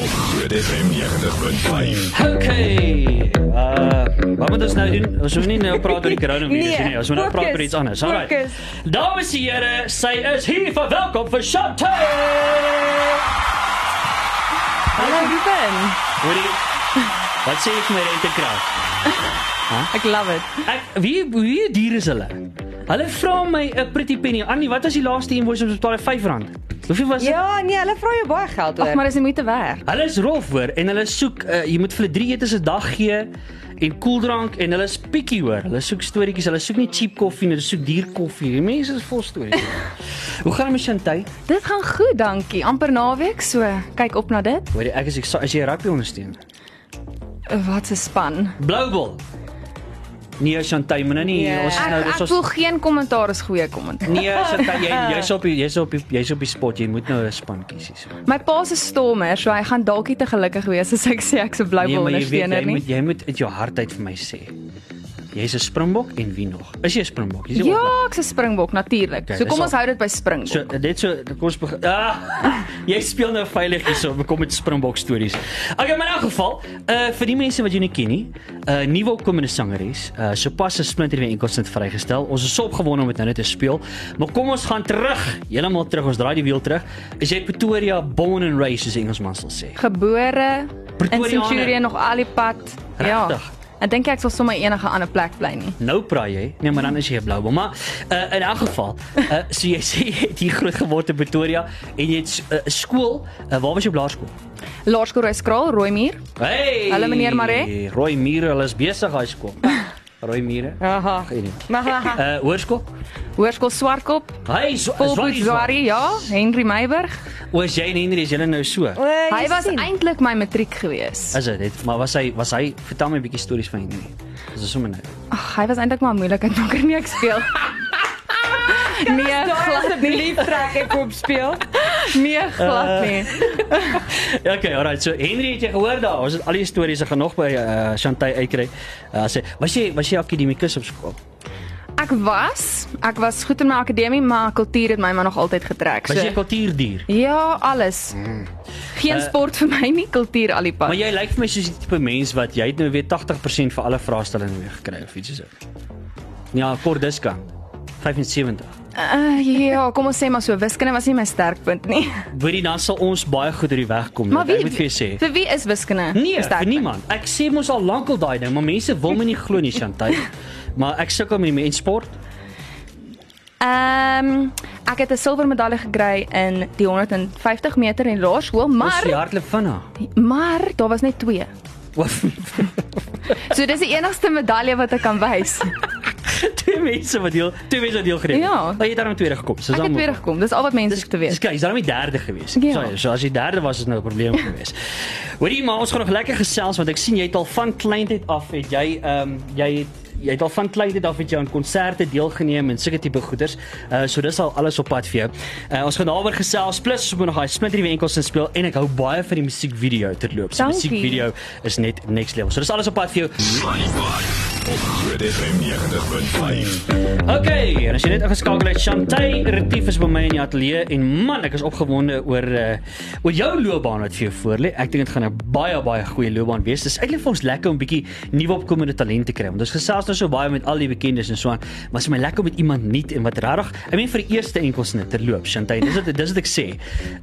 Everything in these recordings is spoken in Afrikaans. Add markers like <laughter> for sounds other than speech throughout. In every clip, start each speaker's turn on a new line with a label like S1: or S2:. S1: Op Groot FM 90.5.
S2: Okay. Uh wat moet ons nou doen? Ons hoef nie nou praat oor die koronavirus
S3: Nee,
S2: nie. Ons moet nou praat oor
S3: focus,
S2: iets anders. Alraai.
S3: focus.
S2: Dames en here, sy is hier vir welkom vir Shante.
S3: Hallo Ruben.
S2: Hoorie. Wat sê ek met rente kraag?
S3: Ek love it.
S2: Ek wie wie dier is hulle? Hulle vra my 'n pretty penny. Annie, wat was die laaste invoice ons betaal? R5. Hoeveel was dit?
S3: Ja, nee, hulle vra jou baie geld oor.
S4: Ag, maar dis nie moeite werd.
S2: Hulle is rof hoor en hulle soek uh, jy moet vir hulle 3 etes 'n dag gee en koeldrank en hulle is piekie hoor. Hulle soek storieetjies. Hulle soek nie cheap koffie nie, hulle soek duur koffie. Die mense is vol stories. Hoe gaan dit met Chantay?
S4: Dit gaan goed, dankie. Amper naweek, so kyk op na dit.
S2: Hoor jy, ek is exci- as jy rugby ondersteun.
S4: Wat 'n span.
S2: Bloubol. Nee Chantay, maar nou nie
S3: Nee.
S2: ons is
S4: Ek
S2: nou
S4: Ja. ek
S2: dis
S4: voel
S2: ons
S4: geen kommentaar is goeie kommentaar.
S2: Nee, Chantay,
S4: <laughs>
S2: jy jy's op die- jy's op die- jy's op die spot. Jy moet nou 'n span kies hierso.
S4: My pa se stormer, so hy gaan dalk nie te gelukkig wees as ek sê ek's 'n
S2: Nee,
S4: blywe
S2: maar jy weet
S4: ondersteuner
S2: jy
S4: nie.
S2: moet jy moet uit jou hart uit vir my sê. Jy's 'n Springbok en wie nog? Is jy 'n Springbok? Jy's 'n All Black.
S4: Ja, ek's 'n Springbok natuurlik.
S2: Okay,
S4: so
S2: dis
S4: kom ons
S2: al-
S4: hou dit by Springbok.
S2: So net so kom ons begin. Ah, <laughs> jy speel nou veilig hierso. We kom met Springbok stories. Okay, maar in elk geval, uh vir die mense wat jy nie ken nie, uh nuwe opkomende sangeres, uh sopas is Splinter weer enkelsint vrygestel. Ons is so opgewonde om dit nou net te speel. Maar kom ons gaan terug, heeltemal terug. Ons draai die wiel terug. Is jy Pretoria born and raised soos die Engelsman sal sê?
S4: Gebore in
S2: Pretoriaaner.
S4: Centurion nog al die pad. Ja.
S2: Regtig?
S4: Ek dink ek sal sommer enige ander plek bly nie.
S2: Nou praai jy. Nee, maar dan is jy 'n bloubol. Maar uh, in elk geval, uh so jy sê jy het hier groot geword in Pretoria en jy het uh, skool. Uh, waar was jou laerskool?
S4: Laerskool Royskraal, Rooimuur.
S2: Hey.
S4: Hallo, meneer Maree.
S2: Rooi mure, hulle is besig hy skool.
S4: <laughs>
S2: Rooi mure.
S3: Aha.
S2: Geen idee.
S3: Maar
S2: Uh hoërskool?
S4: Hoërskool Swartkop,
S2: Hy is
S4: Volpoort Zwari, ja, Henry Meiburg.
S2: Oor Jane Henry is julle nou so.
S4: Hy was
S3: eintlik
S4: eintlik my matriek gewees.
S2: Is dit? het- Maar was hy was hy vertel my 'n bietjie stories van Henry. Dis is sommer nou.
S4: Ag, hy was eintlik maar 'n moeilikheid maker nie ek <laughs> speel. nee, glad nie.
S3: asseblief trek ek op speel.
S4: Nee,
S2: Eh.
S4: glad nie.
S2: Okay, Ja, alright. So Henry het jy gehoor daar. Ons het al die stories ek gaan nog by uh Chantay uitkry. Uh sê, was jy was jy akademikus op skool?
S4: Ek was, ek was goed in my akademie, maar kultuur het my maar nog altyd getrek.
S2: Was jy
S4: So.
S2: kultuurdier?
S4: Ja, alles. Geen sport vir my nie, kultuur al die
S2: Maar
S4: pad.
S2: jy lyk vir my soos die tipe mens wat jy het nou weer 80% vir alle vraestellings weer gekry of iets so. Ja, kort diskant. 75.
S4: Uh, ja, kom ons sê maar so, wiskunde was nie my sterkpunt nie.
S2: Hoorie dan sal ons baie goed uit die weg kom.
S4: Maar
S2: dit Nee,
S4: wie
S2: ek moet vir jou sê.
S4: Vir wie is wiskunde?
S2: Nee, vir
S4: jou sterkpunt?
S2: niemand. Ek sê mos al lankal daai ding, maar mense wil my nie glo nie, Chantay.
S4: <laughs>
S2: maar ek sukkel met my en sport.
S4: Ehm, ek het 'n silwer medalje gekry in die 150 meter in die laerskool,
S2: Ons
S4: maar
S2: hardloop vinnig.
S4: maar daar was net twee.
S2: Oef.
S4: So dis die enigste medalje wat ek kan wys.
S2: <laughs> twee mense wat deel, twee mense wat deel gereed. het.
S4: Ja.
S2: Maar jy het daarom tweede gekom. So
S4: Ek het weer gekom. Dis al wat mense hoef te
S2: Dis
S4: weet.
S2: kyk, is daarom die derde gewees.
S4: Ja.
S2: So, so as jy derde was is nou 'n probleem gewees. <laughs> Hoorie, maar ons gaan nog lekker gesels want ek sien jy het al van kleintyd af het jy ehm um, jy het jy het al van kleintyd af het jy aan konserte deelgeneem en sulke tipe goeders. Uh so dis al alles op pad vir jou. Uh ons gaan daaroor gesels plus ons moet nog daai splinter die enkels in speel en ek hou baie van die musiekvideo terloops. Die
S4: Dankie.
S2: musiekvideo is net next level. So dis alles op pad vir jou.
S1: Op Groot FM 90.5.
S2: Okay, en as jy net ingeskakel het, Chantay Retief is by my in die ateljee en man, ek is opgewonde oor uh, oor jou loopbaan wat vir jou voorlê. Ek dink dit gaan 'n baie baie goeie loopbaan wees. Dis eintlik vir ons lekker om 'n bietjie nuwe opkomende talente kry. Want ons gesels nou so baie met al die bekendes en so aan, maar is my lekker om met iemand nuut en wat regtig, ek meen vir die eerste enkelsnit terloop, Chantay, dis dit dis wat ek sê.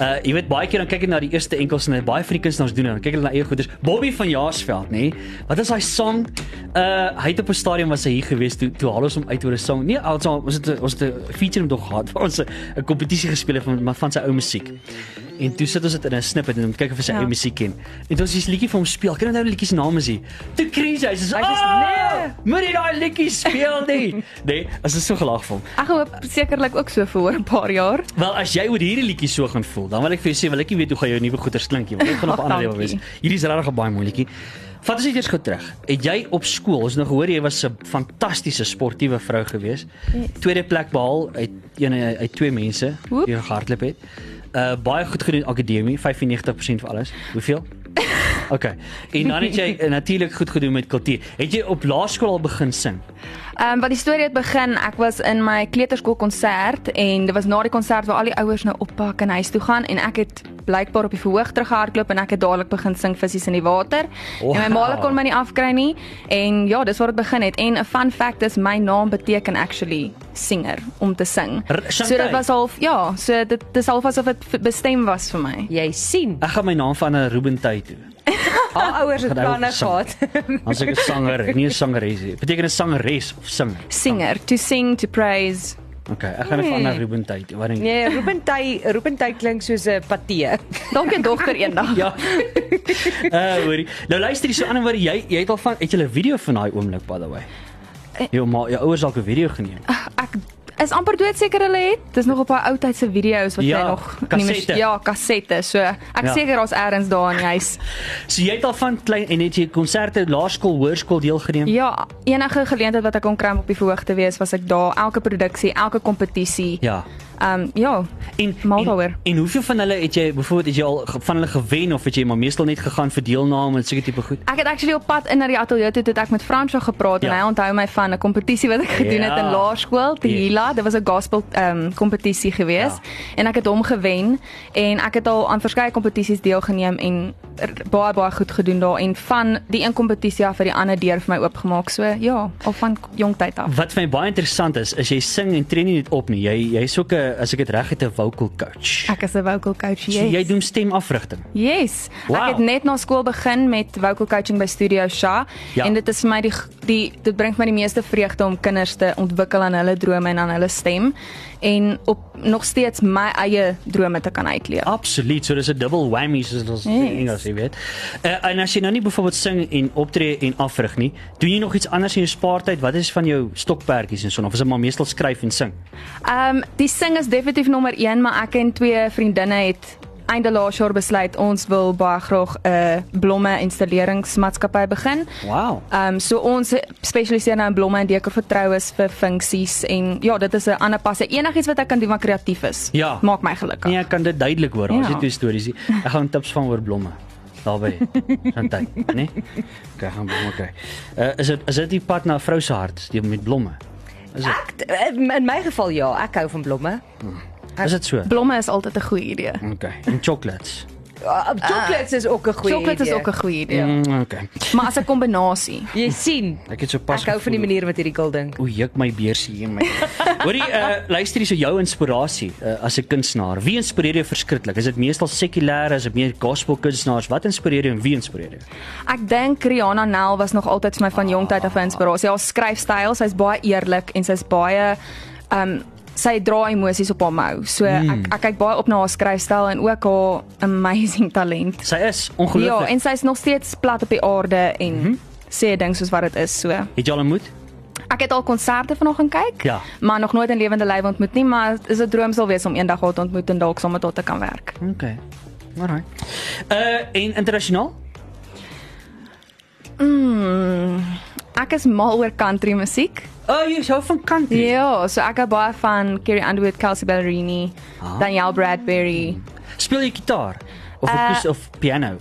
S2: Uh jy weet baie keer dan kyk jy na die eerste enkelsnit, baie van die kunstenaars doen dit, dan kyk hulle na eie goeders. Bobby van Jaarsveld, nê? Wat is daai song? Uh hy het op 'n stadium was hy hier gewees toe toe haal ons hom uit oor 'n song. Nee, ons ons het ons het 'n feature met hom gehad waar ons 'n 'n kompetisie gespeel het van maar van sy ou musiek. En toe sit ons dit in 'n snippet en om te kyk of hy sy
S4: Ja.
S2: eie musiek ken. En toe ons hierdie liedjie vir hom speel. Kan jy nou die liedjie se naam is hier? Toe krees hy, hy sê,
S3: Hy sê,
S2: "Nee, moet jy daai liedjie speel nie." nee, as is so gelag vir hom.
S4: Ek hoop sekerlik ook so vir oor 'n paar jaar.
S2: Wel, as jy oor hierdie liedjie so gaan voel, dan wil ek vir jou sê, wil ek nie weet hoe gaan jou nuwe goeters klink nie, want dit gaan op 'n
S4: Ag,
S2: ander level wees.
S4: dankie.
S2: Hierdie is regtig 'n baie mooi liedjie. Vat ons net eers gou terug. Het jy op skool, ons het nou gehoor jy was 'n fantastiese sportiewe vrou gewees.
S4: Ja.
S2: Yes. Tweede plek behaal uit een uit twee mense
S4: Woep.
S2: Eh,
S4: <laughs>
S2: wat gehardloop het. Uh baie goed gedoen in akademie, 95% vir alles. Hoeveel? Okay. En dan het jy natuurlik goed gedoen met kultuur. Het jy op laerskool al begin sing?
S4: Ehm wat die storie het begin, ek was in my kleuterskool konsert en dit was na die konsert waar al die ouers nou oppak en huis toe gaan en ek het blykbaar op die verhoog teruggehardloop en ek het dadelik begin sing visse in die water. Wow. En my ma kon my nie afkry nie en ja, dis waar dit begin het. En 'n fun fact is my naam beteken actually singer om te sing.
S2: R-
S4: So
S2: Shantai.
S4: dit was half ja, so dit dis half asof dit v- bestem was vir my.
S3: Jy sien,
S2: Ek gaan my naam van 'n Ruben Tyd toe.
S3: haar ouers het
S2: Gaan hy ook
S3: planne
S2: sing?
S3: gehad.
S2: Dan sê ek 'n sanger, nie 'n sangeres nie. Beteken 'n sangeres of singer.
S4: Singer, to sing, to praise.
S2: Okay, ek gaan dit van 'n Ruben Tyd toe. Wat dink jy?
S3: Nee, Rubenty, Rubenty klink soos 'n patee.
S4: Dalk 'n dogter eendag.
S2: Ja. <laughs> Eh, hoorie. Nou luister hier so aan oor jy jy het al van het jy 'n video van daai oomblik by the way.
S4: Eh.
S2: Jou ma, jou ouers dalk 'n video geneem.
S4: Ek is amper doodseker hulle het. Dis nog op haar ou tyd se video's wat
S2: Ja,
S4: jy nog
S2: kassette.
S4: ja, kassette. So ek
S2: Ja.
S4: ja. seker daar's ergens daar in die
S2: <laughs>
S4: huis.
S2: So jy het al van klein en het jy konserte, laerskool, hoërskool deelgeneem?
S4: Ja, enige geleentheid wat ek kon kry om op die verhoog te wees, was ek daar. Elke produksie, elke kompetisie.
S2: Ja.
S4: Ehm um, ja.
S2: En
S4: Mal
S2: en,
S4: daaroor.
S2: en hoeveel van hulle het jy byvoorbeeld het jy al ge- van hulle gewen of het jy maar meestal net gegaan vir deelname en seker tipe goed?
S4: Ek het actually op pad in na die ateljee toe toe het ek met Fransjo gepraat
S2: Ja.
S4: en hy onthou my van 'n kompetisie wat ek gedoen
S2: Ja.
S4: het in laerskool, die
S2: Yes.
S4: Hila. Dit was 'n gospel ehm um, kompetisie gewees
S2: Ja.
S4: en ek het hom gewen en ek het al aan verskeie kompetisies deelgeneem en r- baie baie goed gedoen daar en van die een kompetisie af vir die ander deur vir my oopgemaak. So ja, al van k- jong tyd af.
S2: Wat vir my baie interessant is, is jy sing en train nie net op nie. Jy jy's ook 'n as ek dit reg het 'n vocal coach.
S4: Ek is 'n vocal coach.
S2: So
S4: Yes.
S2: jy doen stemafrigting.
S4: Yes.
S2: Wow.
S4: Ek het net na skool begin met vocal coaching by Studio Sha
S2: Ja.
S4: ja. en dit is vir my die die dit bring vir my die meeste vreugde om kinders te ontwikkel aan hulle drome en aan hulle stem en op nog steeds my eie drome te kan uitleef.
S2: Absoluut. So dis 'n dubbel whammy soos ons yes. in
S4: Yes.
S2: Engels, jy weet. Uh, en as jy nou nie byvoorbeeld sing en optree en afrig nie, doen jy nog iets anders in jou spaartyd? Wat is van jou stokperdjies en so of is dit maar meestal skryf en sing?
S4: Ehm um, die sing is definitief nommer 1, maar ek en twee vriendinne het einde laas jaar besluit ons wil baie graag 'n blomme installeringsmaatskappy begin.
S2: Wow.
S4: Ehm um, so ons spesialiseer nou in blomme en deke vir troues vir funksies en ja, dit is 'n ander passe. Enigiets wat ek kan doen wat kreatief is,
S2: Ja.
S4: maak my gelukkig.
S2: Nee, ek kan dit duidelik hoor. Daar's
S4: Ja.
S2: ja. twee stories hier. Ek gaan tips van oor blomme. Daarby. Santai,
S3: <laughs>
S2: né? Okay, gaan blomme kry. Uh, is dit is dit die pad na vrou se hart die met blomme? Is dit
S3: In my geval ja, ek hou van blomme.
S2: is dit so?
S4: Blomme is altyd 'n goeie idee.
S2: Okay. En chocolates.
S3: Uh, Chocolates is ook 'n goeie.
S4: Sjokolade is
S3: idee.
S4: ook 'n goeie idee, mm.
S2: Mm, okay.
S4: maar as 'n kombinasie.
S3: Jy sien,
S2: Ek het so pas
S3: ek hou van die manier wat hierdie girl dink.
S2: O, juk my beursie hier my. Hoorie, uh, luister hierso jou inspirasie uh, as 'n kunstenaar. Wie inspireer jou verskriklik? Is dit meestal sekulêr, is dit meer gospel kunstenaars? Wat inspireer jou en wie inspireer jou?
S4: Ek dink Rihanna Nel was nog altyd vir my van jong tyd af 'n inspirasie. Haar skryfstyl, sy's baie eerlik en sy's baie um sy dra emosies op haar mou. So mm. ek ek kyk baie op na haar skryfstyl en ook haar amazing talent.
S2: Sy is ongelooflik.
S4: Ja, en sy's nog steeds plat op die aarde en mm -hmm. sê ding soos wat dit is. So,
S2: het jy al ontmoet?
S4: ek het al konserte van haar gaan kyk,
S2: Ja.
S4: maar nog nooit in lewende lywe ontmoet nie, maar is 'n droom sal wees om eendag haar te ontmoet en dalk saam met haar te kan werk.
S2: Okay. Alraai. Uh en internasionaal?
S4: Ek is mal oor country musiek.
S2: O, oh, jy hou van country.
S4: Ja, so ek hou baie van Carrie Underwood, Kelsey Ballerini,
S2: Ah.
S4: ah. Danielle Bradbury.
S2: Speel jy gitaar of
S4: Eh,
S2: akoes uh, of piano?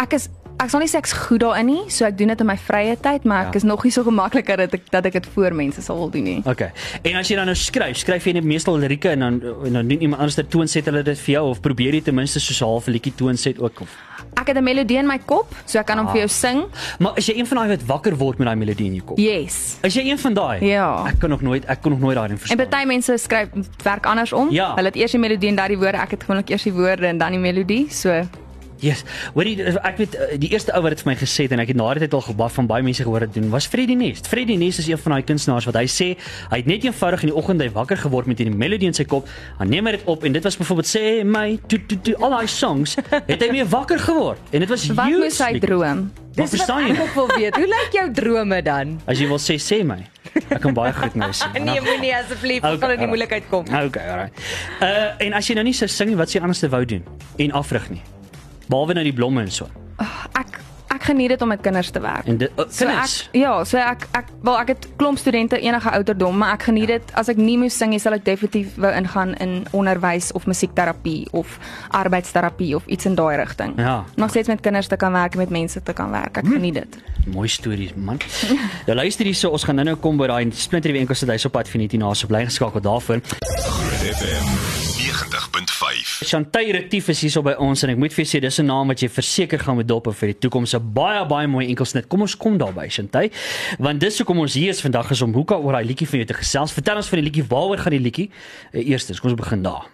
S4: Ek is ek sal nie sê ek's goed daarin nie, so ek doen dit in my vrye tyd, maar ja.
S2: Ja.
S4: ek is nog nie so gemaklik dat ek dat ek dit voor mense sal wil doen nie.
S2: Okay. En as jy dan nou skryf, skryf jy net meestal lirieke en dan en dan doen iemand anders dit toonset hulle dit vir jou of probeer jy ten minste soos 'n half liedjie toonset ook of.
S4: Ek het 'n melodie in my kop, so ek kan hom
S2: Ah.
S4: ah. vir jou sing.
S2: Maar is jy een van daai wat wakker word met daai melodie in jou kop?
S4: Yes.
S2: Is jy een van daai?
S4: Ja.
S2: Ek kan nog nooit ek kon nog nooit daai ding
S4: En
S2: verstaan.
S4: baie mense skryf werk andersom.
S2: Ja.
S4: Hulle het eers die melodie en dan die woorde. Ek het gewoonlik eers die woorde en dan die melodie. So
S2: Yes. Hoorie, ek weet eh, die eerste ou wat dit vir my gesê het en ek het na die tyd al gebaf van baie mense gehoor dit doen, was Freddie Nest. Freddie Nest is een van daai kunstenaars wat hy sê hy het net eenvoudig in die oggend hy wakker geword met hierdie melodie in sy kop. Hy neem hy dit op en dit was byvoorbeeld sê my to to to al daai songs het hy mee wakker geword en dit was
S4: wat
S2: huge
S4: moes hy
S2: liedjie.
S4: droom?
S2: Maar verstaan jy? nou?
S3: Ek wil weet, hoe lyk jou drome dan?
S2: As jy wil sê sê my. Ek kan baie goed nou sê.
S3: <laughs> Nee, moenie asseblief,
S2: Oké,
S3: ons gaan in die
S2: alright.
S3: moeilikheid kom.
S2: Okay, alright. Uh en as jy nou nie sou sing nie, wat sou jy anders te wou doen en afrig nie? Behalwe nou die blomme en so.
S4: Ek ek geniet dit om met kinders te werk.
S2: En dit oh,
S4: So
S2: kinders.
S4: ek ja, so ek ek wel ek het klomp studente enige ouderdom, maar ek geniet dit as ek nie moes sing, nie, sal ek definitief wou ingaan in onderwys of musiekterapie of arbeidsterapie of iets in daai rigting.
S2: Ja.
S4: Nog steeds met kinders te kan werk en met mense te kan werk. Ek geniet dit.
S2: Mooi stories man. Nou luister hierso, ons gaan nou-nou kom by daai Splinter die winkelste huis op pad vir net hier na so bly geskakel daarvoor.
S1: Groot FM 90.5.
S2: Chantay Retief is hierso by ons en ek moet vir jou sê dis 'n naam wat jy verseker gaan moet dop hou vir die toekoms. 'n Baie baie mooi enkelsnit. Kom ons kom daarby Chantay, want dis hoekom ons hier is vandag is om hoeka oor daai liedjie van jou te gesels. Vertel ons van die liedjie, waaroor gaan die liedjie? Eh, Eerstens, kom ons begin daar.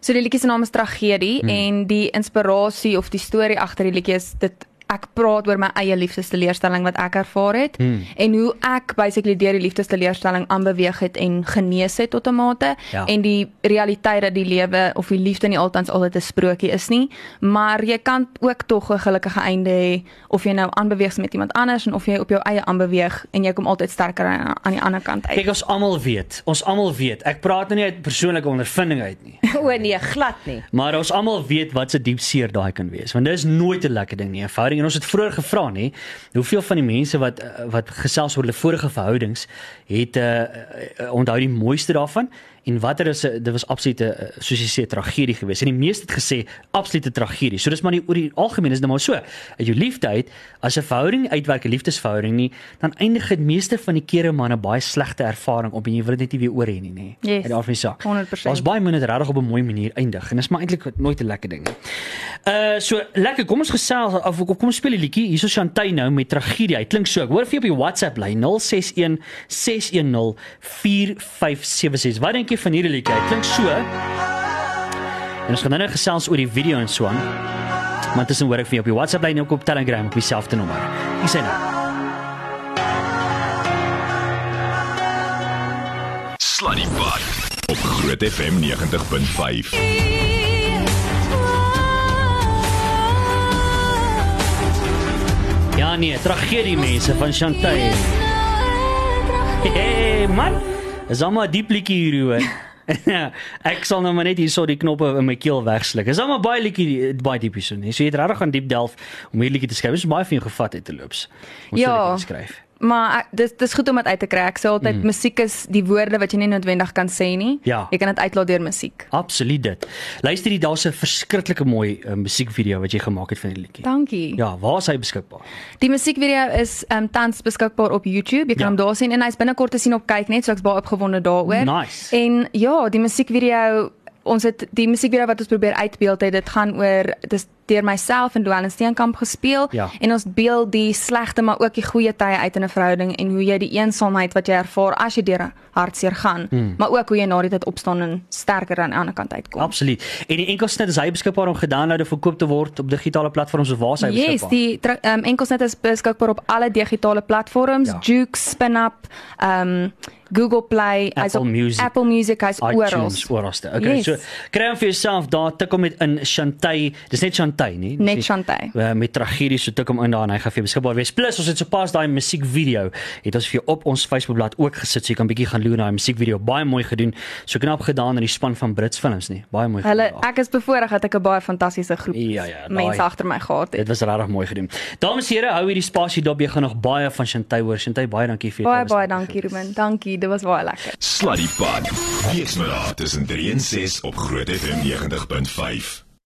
S4: So die liedjie se naam is Tragedie hmm. en die inspirasie of die storie agter die liedjie is dit ek praat oor my eie liefdesteleurstelling wat ek ervaar het hmm. en hoe ek basically deur die liefdesteleurstelling aanbeweeg het en genees het tot 'n mate
S2: Ja.
S4: en die realiteit dat die lewe of die liefde nie altans altyd 'n sprokie is nie, maar jy kan ook tog 'n gelukkige einde hê of jy nou aanbeweeg met iemand anders en of jy op jou eie aanbeweeg en jy kom altyd sterker aan, aan die ander kant uit.
S2: Kyk ons almal weet, ons almal weet. Ek praat nou nie uit persoonlike ondervinding uit nie.
S3: O nee, glad nie.
S2: Maar ons almal weet wat se diep seer daai kan wees, want dit is nooit 'n lekker ding nie. 'n Verhouding en ons het vroeër gevra nê, hoeveel van die mense wat eh, wat gesels oor hulle vorige verhoudings het eh, eh, eh, onthou die mooiste daarvan en watter is 'n- dit was absolute eh, soos jy sê tragedie geweest. En die meeste het gesê absolute tragedie. So dis maar nie oor die algemeen is dit maar so. Uit jou liefde uit, as 'n verhouding uitwerk 'n liefdesverhouding nie, dan eindig dit meeste van die kere maar 'n baie slegte ervaring op en jy wil dit net nie weer oor hê nie, nê.
S4: Yes.
S2: Uit die aard van die saak.
S4: 100%.
S2: Daar's baie mense wat regtig op 'n mooi manier eindig en dis maar eintlik nooit 'n lekker ding nie. Uh so lekker, kom ons gesels of kom kom ons speel 'n liedjie. Hierso Chantay nou met tragedie. Hy klink so. Ek hoor vir jou op die WhatsApp lyn 061 610 4576. Wat dink jy van hierdie liedjie? Hy klink so. En ons gaan nou nou gesels oor die video en so aan. Maar tussen hoor ek vir jou op die WhatsApp lyn en ook op Telegram op dieselfde nommer. Hier sien nou.
S1: Sluddy Bot op Groot FM 90.5.
S2: Ja nee, tragedie mense van Chantay. Hey man, is almal 'n diep liedjie hier hoor.
S4: <laughs>
S2: ek sal nou maar net hierso die knoppe in my keel wegsluk. Is almal baie liedjie baie diep hierso nie. So jy het regtig gaan diep delf om hierdie liedjie te skryf. Dit is baie van jou gevat het te loops. Om so 'n
S4: Ja.
S2: liedjie te skryf.
S4: Maar ek- dis dis goed om dit uit te kry. Ek sê altyd mm. musiek is die woorde wat jy nie noodwendig kan sê nie.
S2: Ja.
S4: Jy kan dit uitlaat deur musiek.
S2: Absoluut dit. Luister hier, daar's 'n verskriklike mooi uh, musiekvideo wat jy gemaak het van die liedjie.
S4: Dankie.
S2: Ja, waar is hy beskikbaar?
S4: Die musiekvideo is um, tans beskikbaar op YouTube. Jy
S2: Ja.
S4: kan hom daar sien en hy's binnekort te sien op kyk net, so ek's baie opgewonde daaroor.
S2: Nice.
S4: En ja, die musiekvideo ons het die musiekvideo wat ons probeer uitbeeld het, dit gaan oor dis deur myself en Dwelin Steenkamp gespeel
S2: Ja.
S4: en ons beeld die slegte maar ook die goeie tye uit in 'n verhouding en hoe jy die eensaamheid wat jy ervaar as jy deur 'n hartseer gaan, hmm. maar ook hoe jy na dit uit opstaan en sterker aan die ander kant uitkom.
S2: Absoluut. En die enkelsnit is hy beskikbaar om gedownload of verkoop te word op digitale platforms of waar is hy beskikbaar?
S4: Yes, die tra- ehm um, enkelsnet is beskikbaar op alle digitale platforms,
S2: Ja.
S4: ja. Juke, Spinap, ehm um, Google Play,
S2: Apple
S4: hy's op
S2: Music,
S4: Apple Music, hy's oral.
S2: iTunes oralste. Okay, yes. so kry hom vir jouself daar, tik hom met in Chantay. Dis net Chantay, nie? Dis
S4: Net
S2: nie-
S4: Chantay.
S2: Uh, met tragedie so tik hom in daar en hy gaan vir jou beskikbaar wees. Plus ons het sopas daai musiekvideo het ons vir jou op ons Facebookblad ook gesit, so jy kan bietjie gaan loer na die musiekvideo. Baie mooi gedoen. So knap gedaan in die span van Brits Films, nie? Baie mooi.
S4: Hulle
S2: gedoen daar.
S4: ek is bevoorreg dat ek 'n baie fantastiese groep
S2: Ja, ja, daai-
S4: mense agter my gehad
S2: Dit
S4: het.
S2: was regtig mooi gedoen. Dames en here, hou hierdie spasie dop. Jy gaan nog baie van Chantay hoor. Chantay, baie dankie vir jou
S4: Baie
S2: tyd.
S4: baie dankie Ruben. Dankie, dit was baie lekker.
S1: Sluddy Bot. Weksmiddag tussen 3 en 6 op Groot FM 90.5.